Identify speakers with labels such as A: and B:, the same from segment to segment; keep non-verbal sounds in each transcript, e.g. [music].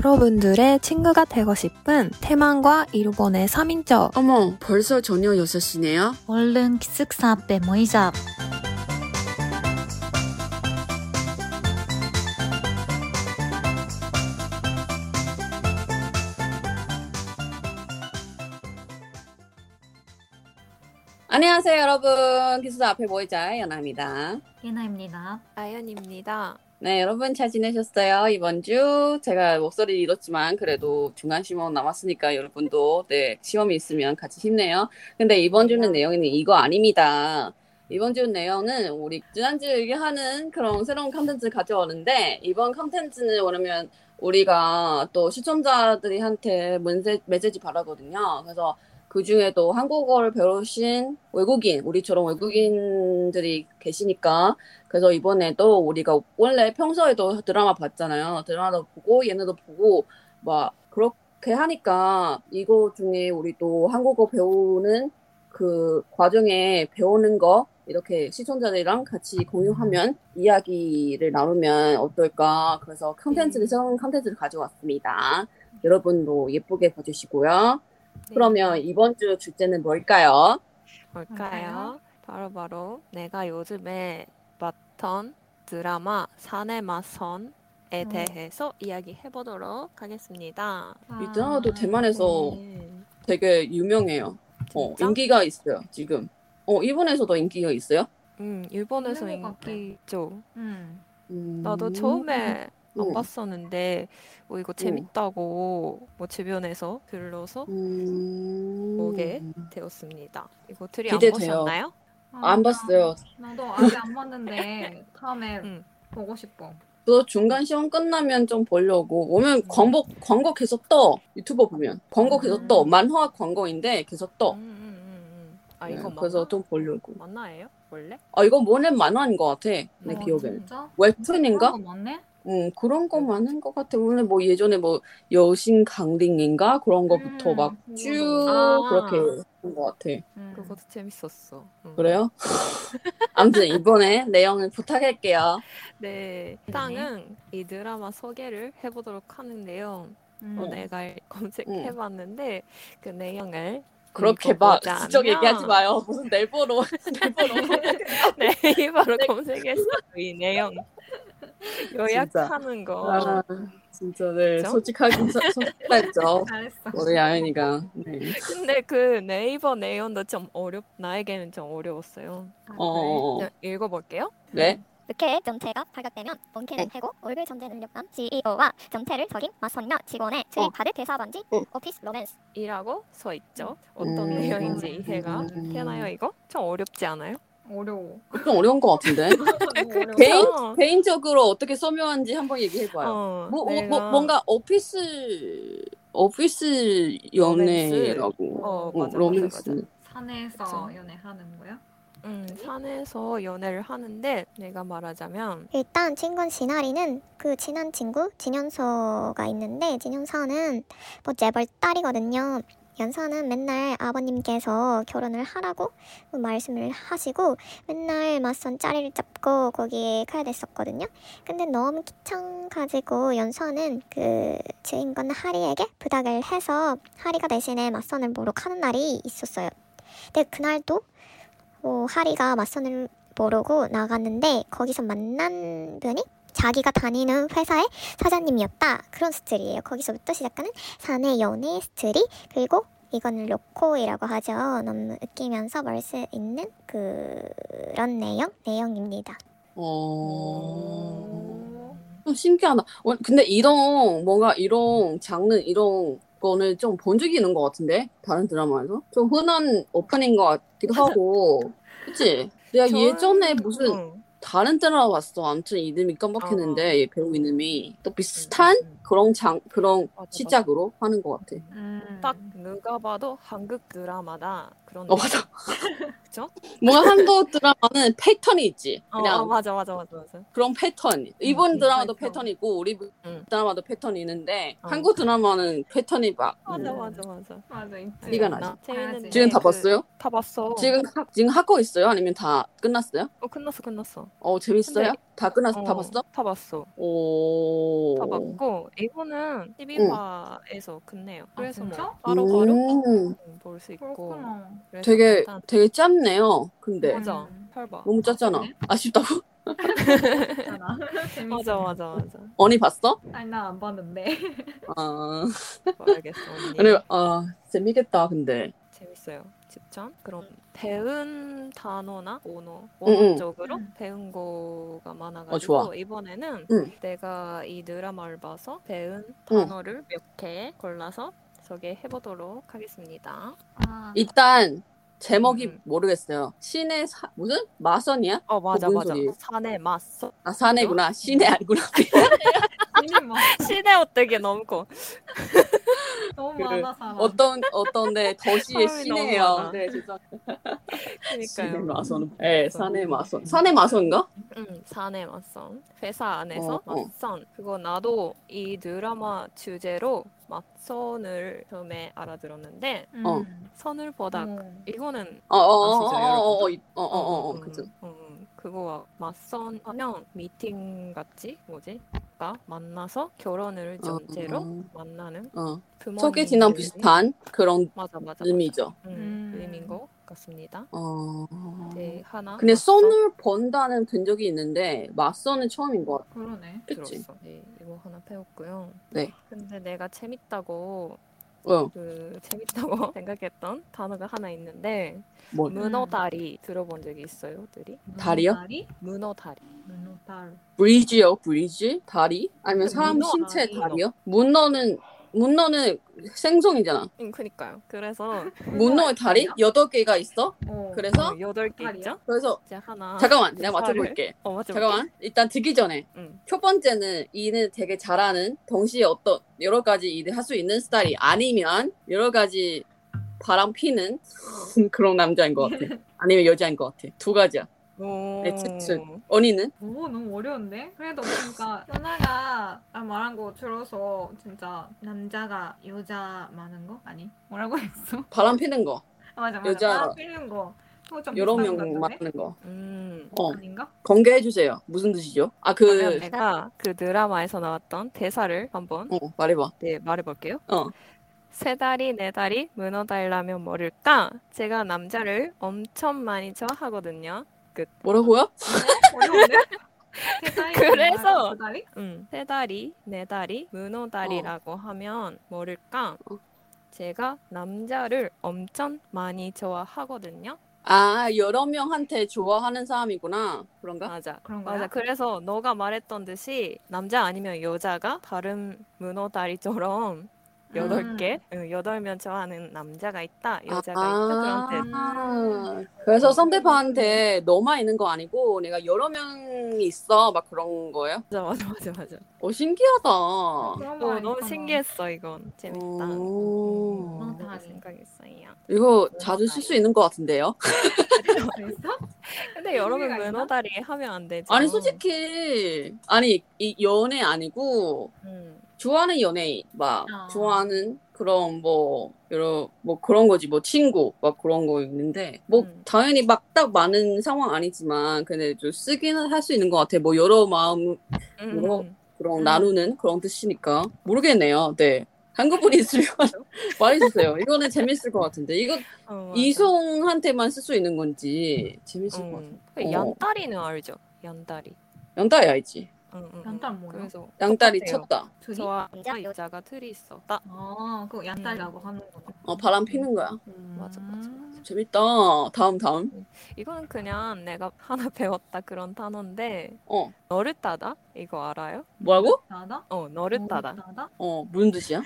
A: 여러분들의 친구가 되고 싶은 태만과 일본의 3인조.
B: 어머, 벌써 저녁 6시네요?
C: 얼른 기숙사 앞에 모이자.
B: 안녕하세요, 여러분. 기숙사 앞에 모이자 연아입니다.
C: 예나입니다.
A: 아연입니다.
B: 네, 여러분 잘 지내셨어요? 이번 주 제가 목소리 잃었지만 그래도 중간 시험 남았으니까 여러분도 네, 시험이 있으면 같이 힘내요. 근데 이번 주는 내용이 이거 아닙니다. 이번 주 내용은 우리 지난주에 얘기하는 그런 새로운 컨텐츠 가져오는데 이번 컨텐츠는 뭐냐면 우리가 또 시청자들한테 문세, 메시지 바라거든요. 그래서 그 중에도 한국어를 배우신 외국인, 우리처럼 외국인들이 계시니까 그래서 이번에도 우리가 원래 평소에도 드라마 봤잖아요. 드라마도 보고 얘네도 보고 막 그렇게 하니까 이거 중에 우리도 한국어 배우는 그 과정에 배우는 거 이렇게 시청자들이랑 같이 공유하면 이야기를 나누면 어떨까. 그래서 컨텐츠를 새로운 컨텐츠를 가져왔습니다. 여러분도 예쁘게 봐주시고요.
A: 네.
B: 그러면 이번 주 주제는 뭘까요?
A: 뭘까요? 바로바로 내가 요즘에 봤던 드라마 사내 마선에
C: 음.
A: 대해서 이야기해 보도록 하겠습니다.
B: 아,
A: 음.
B: 이 드라마도
D: 네.
B: 대만에서 되게 유명해요. 어,
A: 진짜?
B: 인기가 있어요, 지금. 어, 일본에서도 인기가 있어요?
A: 음, 일본에서
C: 있는 것 같아.
A: 인기죠.
C: 음.
A: 나도 처음에 안
B: 음.
A: 봤었는데 어, 이거 재밌다고 뭐 주변에서 들러서
B: 음.
A: 보게 되었습니다. 이거 둘이 안
B: 기대돼요.
A: 보셨나요?
B: 안 봤어요. [laughs]
D: 아, 나도 아직 안 봤는데 다음에
A: 응.
D: 보고 싶어.
B: 또 중간 시험 끝나면 좀 보려고. 보면 광고, 광고 계속 떠. 유튜버 보면. 광고 계속 떠.
A: 음.
B: 만화 광고인데 계속 떠.
A: 음, 음, 음, 음. 아
B: 네,
A: 이거
B: 그래서 좀 보려고.
A: 만나예요? 원래?
B: 아, 이거 뭐는 만화인 것 같아. 내
A: 어,
B: 기억엔.
D: 진짜?
B: 웹툰인가?
D: 그런 거 맞네?
B: 음, 그런 거 많은 것 같아. 원래 뭐 예전에 뭐 여신 강림인가? 그런 거부터
D: 음,
B: 막
D: 그거.
B: 쭉
A: 아.
B: 그렇게 한것 같아.
D: 음.
A: 그것도 재밌었어. 음.
B: 그래요? [laughs] 아무튼 이번에 내용은 부탁할게요.
A: 네. 일단은 이 드라마 소개를 해보도록 하는데요.
D: 음.
B: 네.
A: 어, 내가
B: 음.
A: 검색해봤는데 그 내용을 [laughs]
B: 그렇게 막
A: 읽어보자면-
B: 직접 얘기하지 마요. 무슨 넬보로 [laughs] 넬보로.
A: 네, 바로 검색해서 그 이
B: [laughs]
A: 내용 요약하는 거.
B: 아. 진짜 네
A: 그죠?
B: 솔직하게 소- 솔직했죠.
D: 잘했어.
B: 우리 아연이가. 네.
A: 근데 그 네이버 내용도 좀 어렵 나에게는 좀 어려웠어요.
B: 어, 어. 어.
A: 그냥 읽어볼게요.
B: 네.
E: 육회의 정체가 발각되면 본캐를 해고 올글 전쟁 능력남 CEO와 E 정체를 적인 마선녀 직원의 수입받을 대사반지 오피스 로맨스
A: 이라고 써 있죠. 어떤
B: 음.
A: 내용인지 이해가
B: 음.
A: 되나요? 이거 좀 어렵지 않아요?
B: [laughs]
D: 어려워.
B: 좀 어려운 것 같은데. [laughs]
D: 너무 어려워.
B: 그 개인
A: 어.
B: 개인적으로 어떻게 소묘한지 한번 얘기해 봐요.
A: 어,
B: 뭐, 뭐,
A: 내가-
B: 뭐 뭔가 오피스 오피스 연애라고.
A: 어,
B: 어,
A: 맞아, 맞아, 맞아.
B: 로맨스.
D: 산에서
A: 그쵸.
D: 연애하는 거야?
A: 음, 산에서 연애를 하는데 내가 말하자면
F: 일단 친구인 진아리는 그 친한 친구 진현서가 있는데 진현서는 뭐 재벌 딸이거든요. 연서는 맨날 아버님께서 결혼을 하라고 뭐 말씀을 하시고 맨날 맞선 자리를 잡고 거기에 가야 됐었거든요. 근데 너무 귀찮가지고 연서는 그 주인공 하리에게 부탁을 해서 하리가 대신에 맞선을 보러 가는 날이 있었어요. 근데 그날도 뭐 하리가 맞선을 모르고 나갔는데 거기서 만난 분이 자기가 다니는 회사의 사장님이었다 그런 스토리예요 거기서부터 시작하는 사내 연애 스토리 그리고 이거는 로코이라고 하죠 너무 웃기면서 멀스 있는 그런 내용 내용입니다
A: 음.
B: 어.
D: 오.
B: 좀 신기하다. 어, 근데 이런 뭔가 이런 장르 이런 거는 좀 본 적이 있는 것 같은데 다른 드라마에서 좀 흔한 오프닝 것 같기도
A: [laughs]
B: 하고, 그치? 내가
A: 저는- 어.
B: 예전에 무슨
A: 응.
B: 다른 드라마 봤어. 아무튼 이름이 깜빡했는데 얘 배우 이름이
A: 음.
B: 또 비슷한 그런 장 그런
A: 맞아,
B: 시작으로 하는 것 같아.
D: 음.
A: 딱 누가 봐도 한국 드라마다 그런
B: 어 맞아.
A: 그쵸?
B: 뭔가 한국 드라마는 패턴이 있지.
A: 어,
B: 그냥 음.
A: 어, 맞아 맞아 맞아 맞아
B: 그런 패턴. 일본
A: 음,
B: 드라마도
D: 패턴.
B: 패턴. 이 있고 우리
A: 음.
B: 드라마도 패턴이 있는데
A: 어.
B: 한국 드라마는 패턴이 막
A: 맞아
B: 음,
A: 맞아 맞아
D: 맞아 있지. 네.
B: 티가 나지.
A: 재밌는데
B: 지금 다
A: 그-
B: 봤어요?
A: 다 봤어
B: 지금 하- 지금 하고 있어요? 아니면 다 끝났어요?
A: 어, 끝났어 끝났어
B: 어 재밌어요?
A: 근데
B: 다 끝났어? 다
A: 어,
B: 봤어?
A: 다 봤어.
B: 오.
A: 다 봤고 이거는 12화에서 끝내요. 그래서 뭐
D: 아, 진짜?
A: 바로바로
B: 음,
A: 볼 수 있고
D: 그렇구나.
A: 그래서
B: 되게
A: 일단
B: 되게 짧네요. 근데
A: 맞아.
D: 음.
A: 8화.
B: 너무 짧잖아. 아쉽다고? [laughs]
D: 괜찮아. 재밌어.
A: 맞아 맞아 맞아.
B: 언니 봤어?
D: 아니 난안 봤는데.
B: 아,
A: 뭐 알겠어 언니.
B: 아니, 아 재밌겠다. 근데
A: 재밌어요. 집천. 그럼 배운 단어나 언어
B: 응, 응.
A: 원어적으로
D: 음.
A: 배운 거가 많아가지고
B: 음, 어, 좋아. 음.
A: 이번에는
B: 응.
A: 내가 이 드라마를 봐서 배운
B: 음.
A: 단어를 몇 개 골라서 소개해보도록 하겠습니다.
D: 아,
B: 일단 제목이
A: 음.
B: 모르겠어요. 신의 사, 무슨 마선이야?
A: 어 맞아
B: 뭔
A: 맞아.
B: 소리예요?
A: 산에 맞서. [laughs]
B: 아 사내구나. 신의 아니구나.
D: 이름 막
A: 시내 어떻게 넘고.
D: 너무
B: 그래.
D: 많아 사람.
B: 어떤 어떤데 더시의
A: 사람이 너무
B: 신이에요.
A: 많아.
B: 네 죄송. 신의
A: 그러니까요.
B: 마선. 네 산의 마선. 산의 마선인가?
A: 응, 산에 음, 맞선. 회사 안에서
B: 어, 어.
A: 맞선. 그거 나도 이 드라마 주제로 맞선을 처음에 알아들었는데
D: 음.
B: 어.
A: 선을 보다
D: 어.
A: 이거는
B: 어어어어어어어어
A: 음,
B: 그죠.
A: 음, 그거와 맞선하면 미팅 같이 뭐지? 가 만나서 결혼을 전제로 만나는
B: 어
A: 부모님
B: 소개팅이랑
A: 관계.
B: 비슷한 그런
A: 맞아 맞아
B: 의미죠.
A: 맞아. 음,
D: 음.
A: 의미인 것 같습니다.
B: 어.
A: 네 하나.
B: 근데
A: 맞선
B: 선을 번다는 본 적이 있는데 맞선은 처음인 것 같아.
D: 그러네.
B: 그치?
A: 들었어. 네, 이거 하나 배웠고요.
B: 네.
A: 근데 내가 재밌다고
B: 어,
A: 그 재밌다고 [laughs] 생각했던 단어가 하나 있는데
B: 뭐
A: 문어다리 들어본 적이 있어요, 들이?
B: 다리요?
D: 다리?
A: 문어다리.
D: 눈오달.
B: 브리지요, 브리지? 다리? 아니면 사람
A: 그 문어
B: 신체
A: 아니에요.
B: 다리요? 문어는 문어는 생선이잖아.
A: 응, 그니까요. 그래서
B: 문어의 다리 여덟 개가 있어.
D: 어.
B: 그래서
A: 아, 어, 아, 여덟 개
D: 다리요?
A: 있죠?
B: 그래서
A: 이제 하나.
B: 잠깐만 내가
A: 다리를?
B: 맞춰볼게.
A: 어, 맞죠?
B: 잠깐만 일단 듣기 전에
A: 응.
B: 첫 번째는 이는 되게 잘하는 동시에 어떤 여러 가지 일을 할 수 있는 스타일이 아니면 여러 가지 바람 피는 [laughs] 그런 남자인 것
A: [laughs]
B: 같아. 아니면 여자인 것 같아. 두 가지야.
A: 오.
B: 네, 츠츠. 언니는
D: 오 너무 어려운데? 그래도 그러니까 연아가 말한 거 들어서 진짜 남자가 여자 많은 거 아니 뭐라고 했어?
B: 바람 피는 거,
D: 아, 맞아 맞아
B: 여자
D: 아, 필름 거 그거
A: 아,
D: 좀
B: 여러
D: 비슷한
B: 명
D: 것 같던데?
B: 만나는 거.
A: 음.
B: 어,
D: 아닌가?
B: 공개해 주세요. 무슨 뜻이죠? 아,
A: 그러면
B: 그
A: 내가 그 드라마에서 나왔던 대사를 한번
B: 어, 말해봐.
A: 네, 말해볼게요.
B: 어.
A: 세 다리 네 다리 문어 달라면 모를까? 제가 남자를 엄청 많이 좋아하거든요.
B: 뭐라고요?
D: 어려운데? 세상에
A: 그래서-
D: 말하는 그 다리?
A: 음, 세 다리, 네 다리, 문어 다리라고 하면 모를까?
B: 어.
A: 제가 남자를 엄청 많이 좋아하거든요.
B: 아, 여러 명한테 좋아하는 사람이구나. 그런가?
A: 맞아.
D: 그런 거야?
A: 맞아. 그래서 너가 말했던 듯이 남자 아니면 여자가 다른 문어 다리처럼 여덟
D: 음.
A: 개, 응, 여덟 명 좋아하는 남자가 있다, 여자가 있다 그런 뜻.
B: 아, 그래서 상대방한테 너만 있는 거 아니고 내가 여러 명 있어 막 그런 거예요?
A: [laughs] 맞아, 맞아, 맞아, 맞아.
B: 어 신기하다.
D: 그런 거
A: 어, 너무
D: 아닐까
A: 신기했어 이건 재밌다.
B: 오.
A: 음,
D: 다리.
A: 생각했어요.
B: 이거 자주 쓸 수 있는 것 같은데요?
D: 봐. 그랬어?
A: 근데 여러분
D: 의미가 있나?
A: 문어 다리 하면 안 되죠.
B: 아니 솔직히 아니 이 연애 아니고
A: 음.
B: 좋아하는 연예인 막
D: 아.
B: 좋아하는 그런 뭐 여러 뭐 그런 거지 뭐 친구 막 그런 거 있는데 뭐
A: 음.
B: 당연히 막 딱 많은 상황 아니지만 근데 좀 쓰기는 할 수 있는 것 같아. 뭐 여러 마음
A: 음.
B: 문어-
A: 음.
B: 그런
D: 음.
B: 나누는 그런 뜻이니까 모르겠네요. 네. 한국분이 있으면 [laughs] 말해주세요. 이거는 재밌을 것 같은데 이거
A: 어, 맞아.
B: 이송한테만 쓸 수 있는 건지 재밌을 것 같아.
A: 음. 그
B: 어.
A: 연다리는 알죠? 연다리.
B: 양다리 알지?
A: 응, 응,
D: 연달
A: 응.
D: 뭐야?
A: 그래서 그
B: 양다리
A: 똑같아요.
B: 쳤다.
D: 둘이?
A: 저와
E: 남자, 여-
A: 여자가 틀이 있어. 나
D: 어 그거 양다리라고 하는구나
B: 어 바람 피는 거야.
D: 음.
A: 맞아, 맞아, 맞아.
B: 재밌다. 다음 다음.
A: 이거는 그냥 내가 하나 [laughs] 배웠다 그런 단어인데
B: 어
A: 너를 따다 이거 알아요?
B: 뭐라고?
D: 나다?
A: 어 너를 따다.
D: 나다?
B: 어 무슨 뜻이야?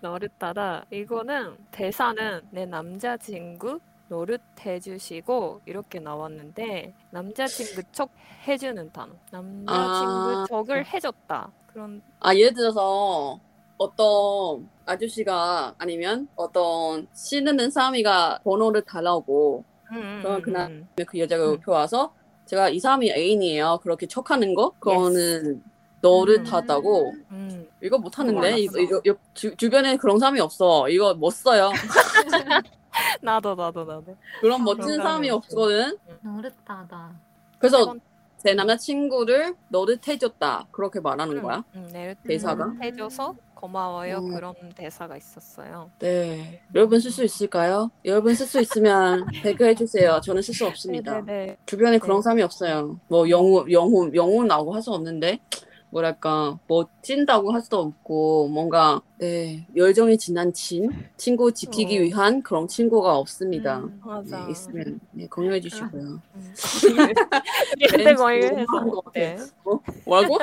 A: 너릇하다. 이거는 대사는 내 남자친구 노릇해주시고 이렇게 나왔는데 남자친구 척 해주는 단어. 남자친구
B: 아.
A: 척을 해줬다. 그런
B: 아 예를 들어서 어떤 아저씨가 아니면 어떤 신는 사람이가 번호를 달라고
A: 음,
B: 그건 그냥
A: 음.
B: 그 여자가
A: 음.
B: 옆에 와서 제가 이 사람이 애인이에요. 그렇게 척하는 거? 그거는 너를
A: 음.
B: 다다고
A: 음.
B: 이거 못하는데
A: 그거
B: 이거,
A: 알았어.
B: 이거 옆- 주, 주변에 그런 사람이 없어. 이거 못 써요.
A: 나도 나도 나도.
B: 그런
A: 아, [laughs]
B: 멋진
A: 그런
B: 사람이
A: 사람이 없어.
B: 없거든.
C: 노릇하다.
A: 세
B: 그래서
A: 번-
B: 제 남자친구를 너릇해줬다 그렇게 말하는
A: 음.
B: 거야?
A: 음, 내를
B: 대사가?
A: 해줘서 고마워요.
B: 음.
A: 그런 대사가 있었어요.
B: 네. 여러분 쓸 수 있을까요? 여러분 쓸 수
A: [laughs]
B: 있으면 배그해 주세요. 저는 쓸 수 없습니다.
A: 네네네.
B: 주변에 그런
A: 네. 사람이
B: 사람이 없어요. 뭐 영혼 영혼 영혼 나고 할 수 없는데 뭐랄까 멋진다고 할 수도 없고 뭔가 네 열정이 지난 친 친구 지키기
A: 어.
B: 위한 그런 친구가 없습니다.
D: 음.
A: 맞아.
B: 네, 있으면 네, 공유해 주시고요. [laughs]
A: 음. 근데 뭐
B: 너무
A: 이래서
B: 많은 것
A: 네.
B: 같아요. 뭐라고?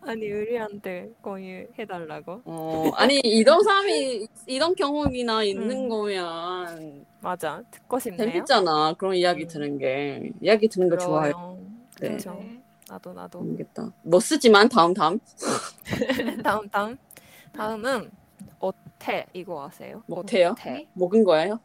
A: 아니 의리한테 공유해달라고
B: 어 아니 이런 사람이 이런 경험이나 있는
A: 음.
B: 거면
A: 맞아 듣고 싶네요
B: 재밌잖아. 그런 이야기
A: 음.
B: 들은 게 이야기 듣는 거 좋아요. 네.
A: 그렇죠 나도 나도
B: 모르겠다. 뭐 쓰지만 다음 다음
A: [laughs] 다음 다음 다음은 어태 이거 아세요?
B: 못해요?
A: 어태 [laughs]
B: 먹은 거예요?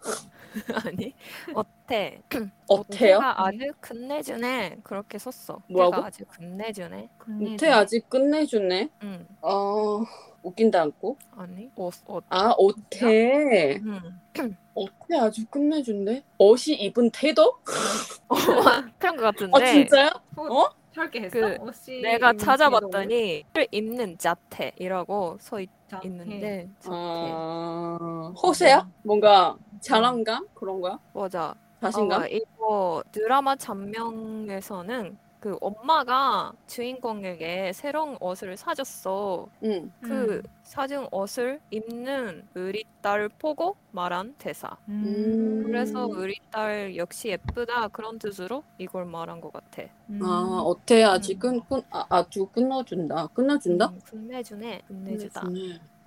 A: 아니 어태
B: 어때요?
A: 어태가 아주 끝내주네 그렇게 썼어
B: 뭐라고?
A: 어태가 아주 끝내주네
B: 못해 아직 끝내주네.
A: 응
B: 어 웃긴다고?
A: 음. 아니 어어
B: 아 어태
A: 음. [laughs]
B: 어태 아주 끝내준대. 옷이 입은 태도?
A: 어, 그런 것 같은데
B: 아 진짜요? 음, 어?
D: 네. 설계 했어?
A: 그,
D: 혹시
A: 내가 찾아봤더니 를 입는 자태 이라고 써 있,
D: 자태.
A: 있는데 네. 자태
B: 아 허세야? 뭔가 자랑감 그런 거야?
A: 맞아
B: 자신감?
A: 어, 이거 드라마 장면에서는 그 엄마가 주인공에게 새로운 옷을 사줬어.
B: 응.
A: 그
D: 음.
A: 사준 옷을 입는 우리 딸 보고 말한 대사.
B: 음.
A: 그래서 우리 딸 역시 예쁘다 그런 뜻으로 이걸 말한 것 같아.
D: 음.
B: 아 어태 아직 끝끝 아, 아주 끝내준다. 끝내준다?
A: 음, 군내주네, 군내주다. 어,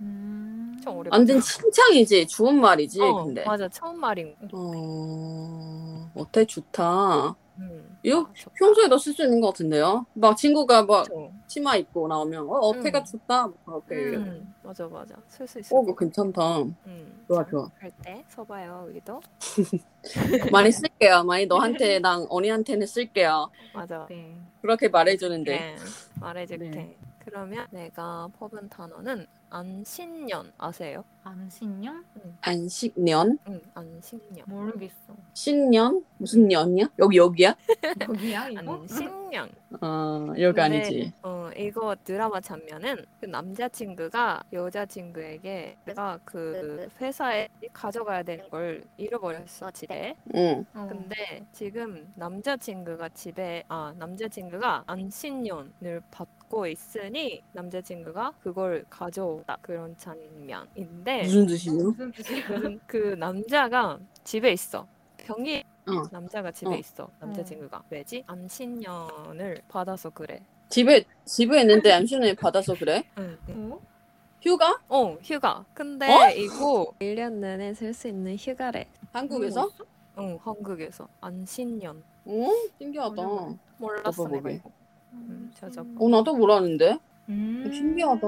D: 음.
A: 엄청 어렵다.
B: 완전 칭찬이지 좋은 말이지
A: 어,
B: 근데.
A: 맞아, 처음 말인 거.
B: 어 어태 좋다.
A: 음.
B: 이거
A: 아, 좋다.
B: 평소에도 쓸 수 있는 것 같은데요. 막 친구가 막
A: 그쵸.
B: 치마 입고 나오면 어 어깨가
A: 음.
B: 좋다 뭐 그렇게
D: 음.
A: 음, 맞아, 맞아. 쓸 수 있어.
B: 어 그거 괜찮다
A: 음,
B: 좋아, 좋아.
A: 할때 써봐요, 우리도.
B: 많이 쓸게요 많이 너한테 랑 언니한테는 쓸게요
A: 맞아.
D: 네.
B: 그렇게 말해주는데
A: 네, 말해줄게.
B: 네.
A: 그러면 내가 뽑은 단어는 안신년 아세요?
C: 암신용?
B: 안식년
A: 응, 안신년. [laughs]
D: 모르겠어.
B: 신년 무슨 년이야 여기 여기야
D: 뭐야 이거?
A: 안신년.
B: 어 여기
A: 근데,
B: 아니지
A: 어, 이거 드라마 장면은 그 남자친구가 여자친구에게 내가 그 회사에 가져가야 되는 걸 잃어버렸어 집에.
B: 응
G: 음.
D: 어.
A: 근데 지금 남자친구가 집에 아 남자친구가 안신년을 받고 있으니 남자친구가 그걸 가져오다 그런
G: 음.
A: 장면인데.
B: 무슨 뜻이요
D: 무슨 뜻이야?
A: 그그 남자가 집에 있어. 병이
B: 어.
A: 남자가 집에
B: 어.
A: 있어.
G: 음.
A: 남자친구가 왜지? 안신년을 받아서 그래.
B: 집에 집에 있는데 안식년 받아서 그래
G: 음.
A: 응.
D: 어?
B: 휴가
A: 어 휴가. 근데
B: 어?
A: 이거
G: 1년 내내 쓸 수 있는 휴가래.
B: 한국에서
A: 응 한국에서 안신년
B: 어 신기하다
D: 어려워.
B: 어
G: 뭐,
A: 몰랐어
B: 어버버버.
A: 내가 이거. 음, 저저.
B: 나도 몰랐는데 어,
D: 음.
B: 신기하다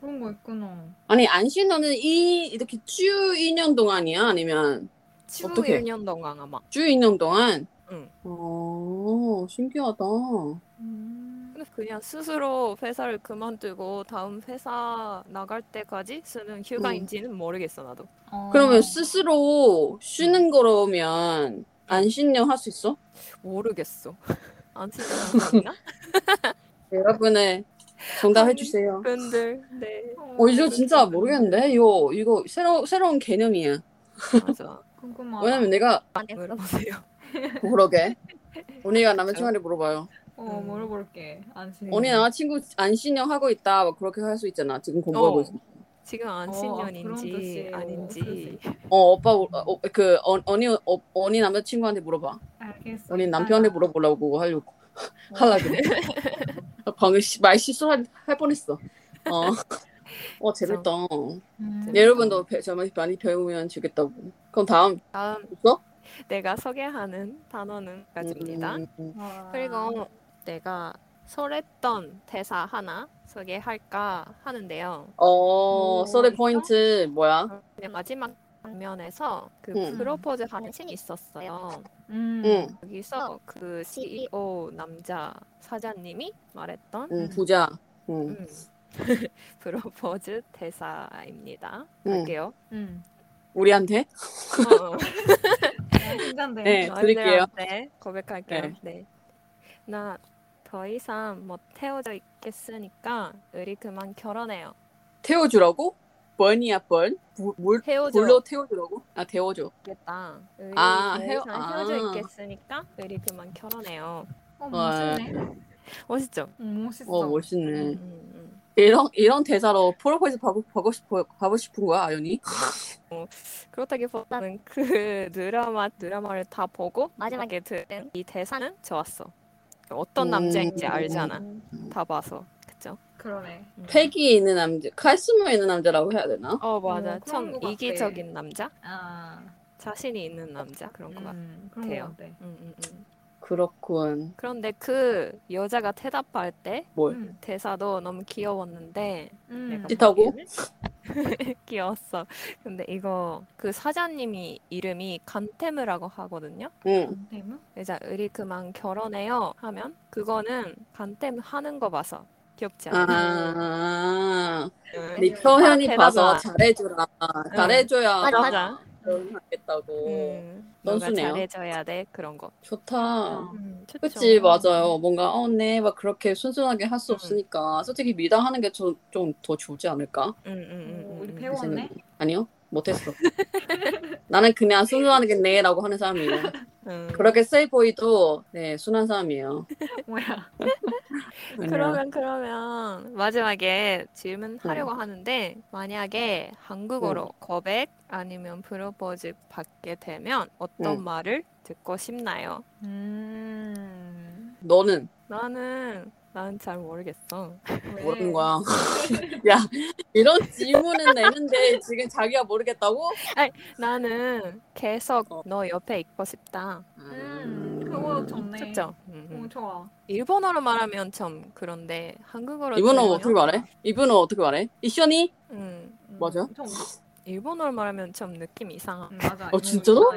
D: 그런 거 있구나.
B: 아니 안식년은 이 이렇게 쭉 2년 동안이야 아니면
A: 주
B: 어떡해?
A: 1년 동안 아마.
B: 주 2년 동안?
A: 응.
B: 어, 신기하다.
D: 음.
A: 근데 그냥 스스로 회사를 그만두고 다음 회사 나갈 때까지 쓰는 휴가인지는 모르겠어 나도.
D: 아.
C: 어.
A: 아.
B: 그러면 스스로 쉬는 거라면 안 신년 할 수 있어?
A: 모르겠어. 안신년 아니야?
B: 여러분의 정답 해주세요.
A: 분들 네
B: 어, 이거 진짜 모르겠는데? 이거, 이거 새로, 새로운 개념이야.
A: 맞아.
D: 궁금하다.
B: 왜냐면 내가
A: 물어보세요. [laughs]
B: 그러게. 언니가 남자친구한테 물어봐요.
D: 어,
A: 음.
D: 물어볼게. 안심.
B: 언니 나 친구 안 신년 하고 있다. 막 그렇게 할 수 있잖아. 지금 공부하고
A: 어.
B: 있어.
A: 지금
D: 어, 그런
A: 안신년인지
D: 뜻이에요. 그럴 수
A: 아닌지
D: 있-
B: 어, 오빠, 어, 어, 그, 어, 언니, 어, 언니 남자친구한테 물어봐.
D: 알겠어.
A: 아.
B: 언니 남편한테 물어보려고 하려고. 할라
A: [laughs]
B: 그래. 방금 시- 말 실수할 할 뻔했어. 어. 어 재밌다.
C: 음.
A: 네.
B: 여러분도 배, 정말 많이 배우면 좋겠다고. 그럼 다음
A: 다음
B: 있어?
A: 내가 소개하는 단어는 까지입니다.
B: 음,
D: 와.
A: 그리고 내가 설했던 대사 하나 소개할까 하는데요.
B: 어
A: 뭐
D: 오,
B: 서대
D: 있어?
B: 포인트 뭐야?
A: 그냥 마지막 장면에서 그
B: 음.
A: 프로포즈 하는 신이 있었어요.
D: 음.
B: 응, 어,
A: 여기서 그 CEO 남자 사장님이 말했던
B: 응 부자. 응,
A: 음, [laughs] 프로포즈 대사입니다.
B: 응. [laughs]
A: 할게요.
D: 음.
B: 우리한테?
A: 어, 어.
D: 아, 괜찮네.
B: 네, 드릴게요.
A: 네, 고백할게요.
B: 네.
A: 네. 나 더 이상 못 태워져 있겠으니까 우리 그만 결혼해요.
B: 태워주라고? 번이야 번? 물- 물
A: 태워줘.
B: 불로 태워주라고? 아 태워줘.
A: 겠다. 우리
B: 아,
A: 더
B: 헤어-
A: 이상 헤어져
B: 아.
A: 있겠으니까 우리 그만 결혼해요.
D: 어 멋있네.
A: 멋있죠?
D: 어, 멋있어.
B: 어 멋있네.
A: 음, 음,
B: 이런 이런 대사로 프로포즈 받고 가고 싶어 가고 싶은 거야 아연이?
A: 음. 그렇다기보다는 그 [laughs] 드라마 드라를 다 보고
E: 마지막에
A: 마지막에 들은 이 대사는 좋았어. 어떤 남자인지
B: 음.
A: 알잖아. 다 봐서 그죠?
D: 그러네.
A: 음.
B: 패기 있는 남자, 카리스마 있는 남자라고 해야 되나?
A: 어 맞아.
D: 음, 그런
A: 참
D: 것 같아.
A: 이기적인 남자,
D: 아
A: 자신이 있는 남자 그런 거 같아.
D: 음, 그런
A: 같아요.
D: 거 같아.
A: 음, 음, 음.
B: 그렇군.
A: 그런데 그 여자가 대답할 때
B: 뭘?
D: 음,
A: 대사도 너무 귀여웠는데 [laughs]
D: 음.
A: 내가
B: 찌타고?
A: 보기에는 귀여웠어. 근데 이거 그 사장님이 이름이 간테무라고 하거든요.
B: 응.
D: 네모?
A: 그래서 우리 그만 결혼해요 하면 그거는 간테무 하는 거 봐서 귀엽지 않아?
B: 아,
A: 응.
B: 네 표현이
A: 대답은
B: 봐서
A: 안-
B: 잘해주라. 잘해줘야
E: 맞아,
A: 맞아.
B: 어. 결혼하겠다고.
A: 음, 뭔가
B: 넌수네요.
A: 잘해줘야 돼 그런 거.
B: 좋다.
D: 어.
A: 음, 좋죠.
B: 그치 맞아요. 뭔가 어네막 그렇게 순순하게 할 수
A: 음.
B: 없으니까 솔직히 미담하는 게 좀 더 좋지 않을까?
A: 음, 음, 음,
D: 오,
A: 음,
D: 우리
A: 음.
D: 배워. 배웠네?
B: 아니요
A: [laughs]
B: 못했어. 나는 그냥 순순하겠네라고 하는 사람이에요.
A: 음.
B: 그렇게 세이보이도 네 순한 사람이에요.
D: 뭐야?
B: 아니야.
A: 그러면 그러면 마지막에 질문하려고
B: 네.
A: 하는데 만약에 한국어로 고백 아니면 프로포즈 받게 되면 어떤
B: 음.
A: 말을 듣고 싶나요?
D: 음.
B: 너는
A: 나는 나는 잘 모르겠어.
D: 왜?
B: 모르는 뭐 거야. [laughs] 야 이런 질문은 내는데 지금 자기가 모르겠다고?
A: 나는 계속
B: 어.
A: 너 옆에 있고 싶다.
D: 음, 그거 좋네.
A: 좋죠? 음, 음.
D: 오, 좋아.
A: 일본어로 말하면 좀 그런데 한국어로
B: 이분은
A: 들으면-
B: 어떻게 말해? 이분은 어떻게 말해? 이션이?
A: 음,
D: 음,
B: 맞아?
D: 좀,
A: 일본어로 말하면 좀 느낌 음, 이상하.
D: 음, 맞아. 예.
B: 어, 진짜로?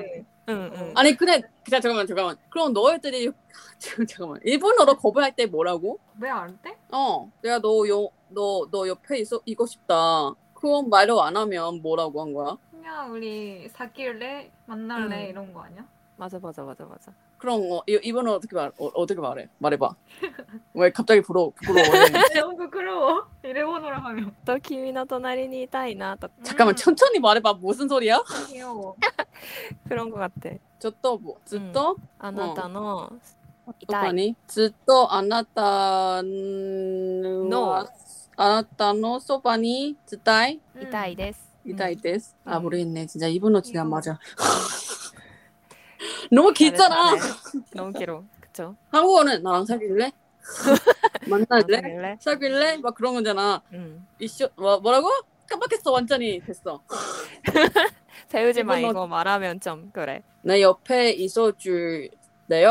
A: 응, 응.
B: 아니 그냥 그냥 잠깐만 잠깐만. 그럼 너희들이 [laughs] 지금 잠깐만 일본어로 거부할 때 뭐라고?
D: 왜안 돼?
B: 어, 내가 너, 요, 너, 너 옆에 있어, 이거 싶다. 그건 말을 안 하면 뭐라고 한 거야?
D: 그냥 우리 사귈래? 만날래?
A: 음.
D: 이런 거 아니야? [laughs]
A: 맞아 맞아 맞아 맞아.
B: 그럼 어, 이, 이번은 어떻게 말, 어, 어떻게 말해? 말해봐. 왜 갑자기 부러, 부러워? [laughs]
D: 너무 부끄러워. [laughs] 일본어로 하면.
A: 또君の隣にいたいなと
B: 잠깐만,
D: 음,
B: 천천히 말해봐. 무슨 소리야?
D: 귀여워.
A: 그런 것 같아.
B: 저또 뭐, 저또?
A: あなた
B: 어.
A: の痛い
B: 아니, 저또 아나타, 노. 아나타노 소바니, 즈다이?
A: 痛
D: 음.
A: いです。
B: 이다이 데스? 아,
A: 음.
B: 모르겠네. 진짜 이번호 진짜 안
D: 이거.
B: 맞아. [laughs] 너무 길잖아!
A: 잘했네. 너무 길어. 그쵸?
B: 한국어는
A: [laughs]
B: 나랑 사귈래? 만날래?
A: 원래? 음.
B: 사귈래? 막 그런 거잖아.
A: 응.
B: 이슈 뭐, 뭐라고? 깜빡했어 완전히 됐어.
A: 배우지
B: 일본어-
A: 말고 말하면 좀 그래.
B: 내 옆에 있어줄래요?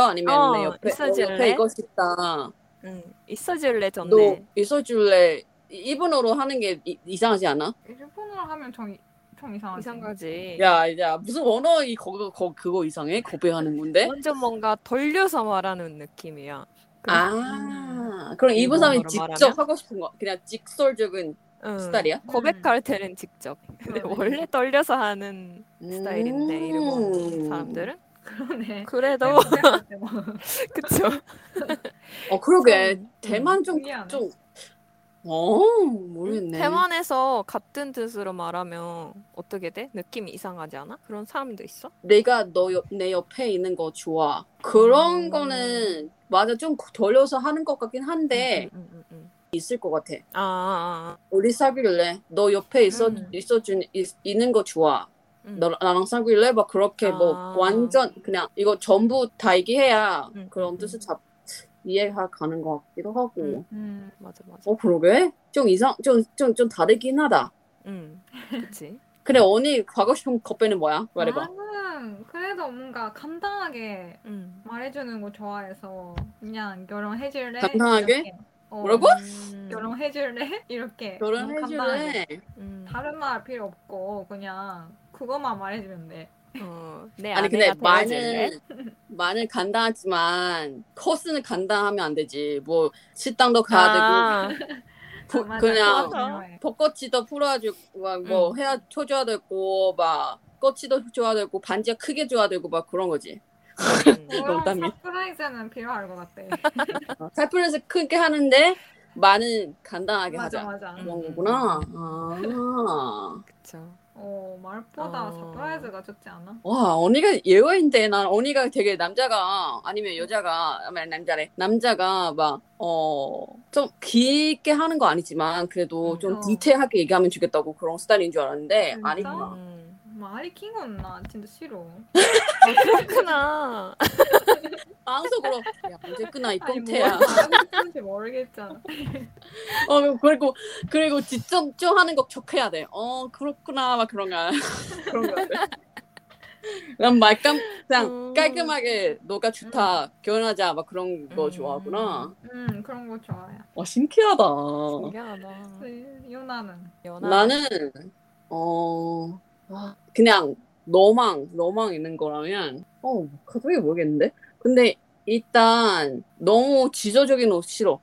B: 아니면
A: 어,
B: 내 옆에
A: 있어줄래? 네.
B: 너 옆에 이거 싶다.
A: 응. 음. 있어줄래
B: 너
A: 전에.
B: 있어줄래? 이- 일본어로 하는 게 이, 이상하지 않아?
D: 일본어로 하면 좀, 좀 이상하지.
A: 이상 거지.
B: 야, 야 무슨 원어 이 거거 거, 그거 이상해? 고배하는 건데?
A: 완전 뭔가 돌려서 말하는 느낌이야. 그,
B: 아, 그럼 일본 사람이
A: 일본어로
B: 직접
A: 말하면?
B: 하고 싶은 거 그냥 직설적인
A: 응.
B: 스타일이야?
D: 음.
A: 고백할 때는 직접. [laughs] 근데
D: 그러네.
A: 원래 돌려서 하는 스타일인데 일본
B: 음.
A: 사람들은
D: 그러네.
A: 그래도
D: 뭐.
B: 네.
A: [laughs] 그쵸.
B: 어 그러게 대만
D: 신기하네.
B: 좀좀 어, 모르겠네.
A: 대만에서 같은 뜻으로 말하면 어떻게 돼? 느낌이 이상하지 않아? 그런 사람도 있어?
B: 내가 너 내 옆에 있는 거 좋아. 그런
A: 음.
B: 거는 맞아 좀 돌려서 하는 것 같긴 한데
A: 음, 음, 음, 음.
B: 네. 있을 것 같아.
A: 아, 아, 아.
B: 우리 사귈래? 너 옆에 있어
A: 음.
B: 있어준 있, 있는 거 좋아.
A: 음.
B: 너 나랑 사귈래? 막 그렇게 뭐
A: 아.
B: 완전 그냥 이거 전부 다 얘기해야
A: 음,
B: 그런
A: 음,
B: 뜻을 잡 이해가 가는 것 같기도 하고.
A: 음.
D: 음,
A: 맞아 맞아.
B: 어 그러게 좀 이상 좀 좀 좀 다르긴 하다.
A: 응. 그치.
B: 그래 언니 가고 싶은 커피는 뭐야?
A: 아,
B: 말해봐.
D: 나는 그래도 뭔가 간단하게
A: 응.
D: 말해주는 거 좋아해서 그냥 결혼해줄래?
B: 간단하게?
D: 이렇게. 어,
B: 뭐라고?
A: 음.
D: 결혼해줄래? 이렇게 너무 간단하게.
B: 결혼해줄래?
A: 음.
D: 다른 말 필요 없고 그냥 그것만 말해주면 돼.
A: 어, 내
B: 아니
A: 아내가
B: 근데
A: 되어줄래?
B: 말은 [laughs] 말은 간단하지만 코스는 간단하면 안 되지. 뭐 식당도 가야
A: 아,
B: 되고 부-
D: 맞아,
B: 그냥
D: 그거 중요해.
B: 벚꽃이도 풀어야 되고 막 뭐
A: 음.
B: 해야 쳐줘야 되고 막 꽃이도 줘야 되고 반지가 크게 줘야 되고 막 그런 거지. 농담이.
D: 그런 서프라이즈는 필요할 것 같아. 어.
B: 사프레스 크게 하는데 많은 간단하게
D: 맞아
B: 하자.
D: 맞아.
A: 음.
B: 그런 거구나. 아.
A: 그쵸.
D: 어 말보다
A: 어.
D: 서프라이즈가 좋지 않아?
B: 와, 언니가 예외인데, 난 언니가 되게 남자가, 아니면 여자가, 아니, 남자래. 남자가 막, 어, 좀 길게 하는 거 아니지만, 그래도 좀
D: 어.
B: 디테일하게 얘기하면 좋겠다고 그런 스타일인 줄 알았는데,
D: 진짜?
B: 아니구나.
A: 음.
D: 말이 킹은 나 진짜 싫어.
A: 그렇구나.
B: 방석으로, 야, 언제 끄나, 이
D: 아니 뭐
B: 꽁태야.
D: 뭐하는지 모르겠잖아.
B: 어, 그리고, 그리고 직접 좀 하는 거 척해야 돼. 어, 그렇구나, 막 그런 거. 그런 거. 난 말감, 그냥
A: 음.
B: 깔끔하게, 너가 좋다, 결혼하자, 막 그런 거
A: 음.
B: 좋아하구나.
D: 음 그런 거 좋아해. 그
B: 와, 신기하다.
A: 신기하다.
D: 근데 요나는
A: 연하.
B: 어. 나는 어 와, 그냥 너망 너망 있는 거라면 어 갑자기 모르겠는데 근데 일단 너무 지저적인 옷 싫어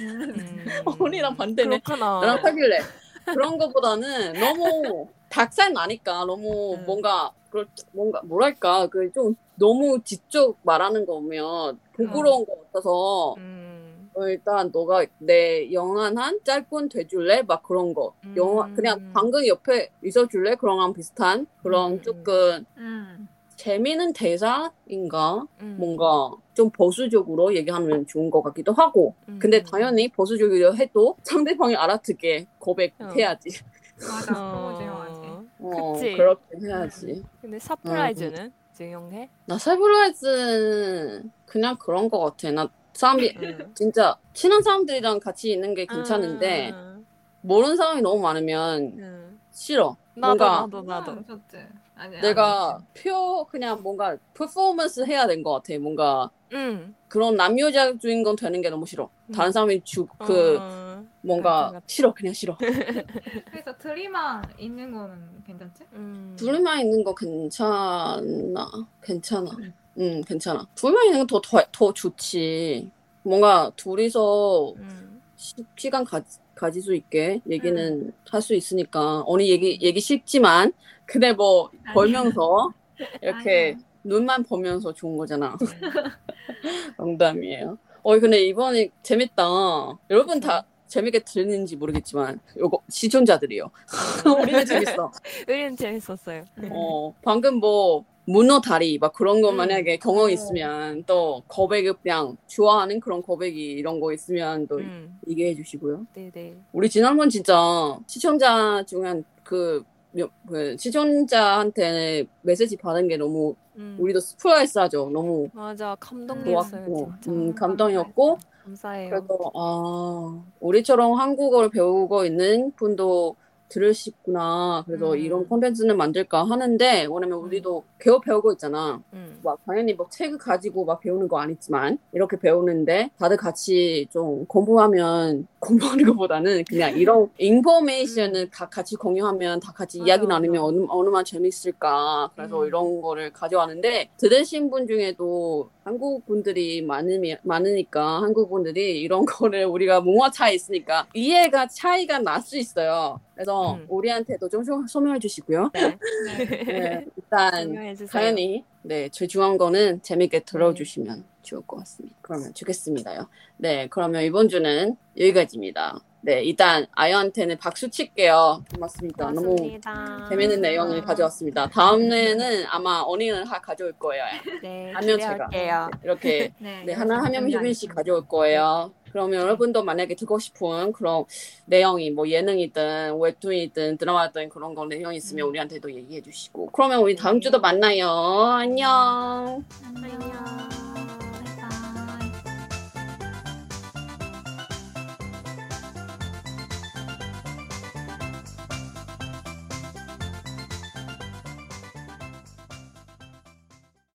A: 음.
B: 언니랑 반대네.
A: 그렇구나.
B: 나랑 사귈래 그런 거보다는 너무 닭살 나니까 너무
A: 음.
B: 뭔가 그렇 뭔가 뭐랄까 그 좀 너무 직접 말하는 거면 부끄러운 거 같아서
A: 음.
B: 어, 일단 너가 내 영한한 짧은 돼줄래? 막 그런 거.
A: 음.
B: 영화 그냥 방금 옆에 있어줄래? 그런 거랑 비슷한 그런
A: 음.
B: 조금
D: 음
B: 재미있는 대사인가?
A: 음.
B: 뭔가 좀 보수적으로 얘기하면 좋은 것 같기도 하고.
A: 음.
B: 근데 당연히 보수적으로 해도 상대방이 알아듣게
A: 어.
B: 고백해야지.
D: 맞아 그거 중요하지.
B: 어,
A: [laughs] 그치.
B: 그렇게 해야지.
A: 근데 서프라이즈는
B: 어.
A: 증용해?
B: 나 세브라이즈 그냥 그런 것 같아. 나 사람이
A: 음.
B: 진짜 친한 사람들이랑 같이 있는 게 괜찮은데
A: 음.
B: 모르는 사람이 너무 많으면
A: 음.
B: 싫어.
A: 나도
B: 뭔가
A: 나도 나도.
D: 음, 좋지. 아니
B: 내가 표 그냥 뭔가 퍼포먼스 해야 된 것 같아. 뭔가
A: 응.
B: 그런 남여자 주인공 되는 게 너무 싫어.
A: 음.
B: 다른 사람이 주그
A: 어.
B: 뭔가
A: 맞아.
B: 싫어 그냥 싫어.
D: 아니, 그래서 드리만 있는 거는 괜찮지?
A: 음.
B: 둘만 있는 거 괜찮아 괜찮아. 음 괜찮아. 둘만 있는 거 더 더 좋지. 뭔가 둘이서
A: 음.
B: 시, 시간 가, 가질 수 있게 얘기는 할 수 있으니까 언니 얘기 얘기 쉽지만 근데 뭐
D: 아니야.
B: 벌면서 이렇게
D: 아니야. 네.
B: 눈만 보면서 좋은 거잖아. [laughs] 농담이에요. 어, 근데 이번에 재밌다. 여러분
D: 네.
B: 다 재밌게 들리는지 모르겠지만, 요거 시청자들이요. [laughs] 우리는 재밌어.
A: 우리는 재밌었어요.
D: 음.
B: 어, 방금 뭐, 문어 다리, 막 그런 거
A: 음.
B: 만약에 경험
D: 어.
B: 있으면, 또, 고백을 그냥 좋아하는 그런 고백이 이런 거 있으면 또
A: 음.
B: 얘기해 주시고요.
A: 네네.
B: 우리 지난번 진짜 시청자 중에 한 그, 몇- 그 시청자한테 메시지 받은 게 너무,
A: 음.
B: 우리도 스프라이스 하죠. 너무
A: 맞아 감동이었어요
B: 좋았고,
A: 진짜.
B: 음, 감동이었고,
A: 감사해요.
B: 그래서 아 우리처럼 한국어를 배우고 있는 분도 들으시구나. 그래서
A: 음.
B: 이런 콘텐츠는 만들까 하는데 왜냐면 우리도 겨우 배우고 있잖아.
A: 음.
B: 막 당연히 막 책을 가지고 막 배우는 거 아니지만 이렇게 배우는데 다들 같이 좀 공부하면 [laughs] 공부하는 것보다는 그냥 이런 인포메이션을 다 같이 공유하면 다 같이
A: 맞아,
B: 이야기
A: 맞아.
B: 나누면 어느 얼마나 재밌을까. 그래서
A: 음.
B: 이런 거를 가져왔는데 들으신 분 중에도 한국 분들이 많으면 많으니까 한국 분들이 이런 [laughs] 거를 우리가 문화 차이 있으니까 이해가 차이가 날 수 있어요. 그래서
A: 음.
B: 우리한테도 좀 소- 설명해 주시고요.
A: 네.
D: 네.
A: [laughs]
B: 네, 일단
A: 설명해 주세요.
B: 당연히 네 제일 중요한 거는 재밌게 들어주시면 좋을 것 같습니다. 그러면 좋겠습니다요. 네 그러면 이번 주는 여기까지입니다. 네 일단 아이한테는 박수 칠게요. 고맙습니다. 아. 너무
A: 고맙습니다.
B: 재밌는 내용을 가져왔습니다. 다음에는 아마 언니는 다 가져올 거예요.
A: 네,
B: 하면
A: 기대할게요.
B: 이렇게
D: 네.
B: 네 하나 한 명씩 한 명씩 가져올 거예요. 그러면 여러분도 만약에 듣고 싶은 그런 내용이 뭐 예능이든 웹툰이든 드라마든 그런 거 내용이
A: 음.
B: 있으면 네. 우리한테도 얘기해 주시고 그러면 우리 다음 주도 만나요. 안녕.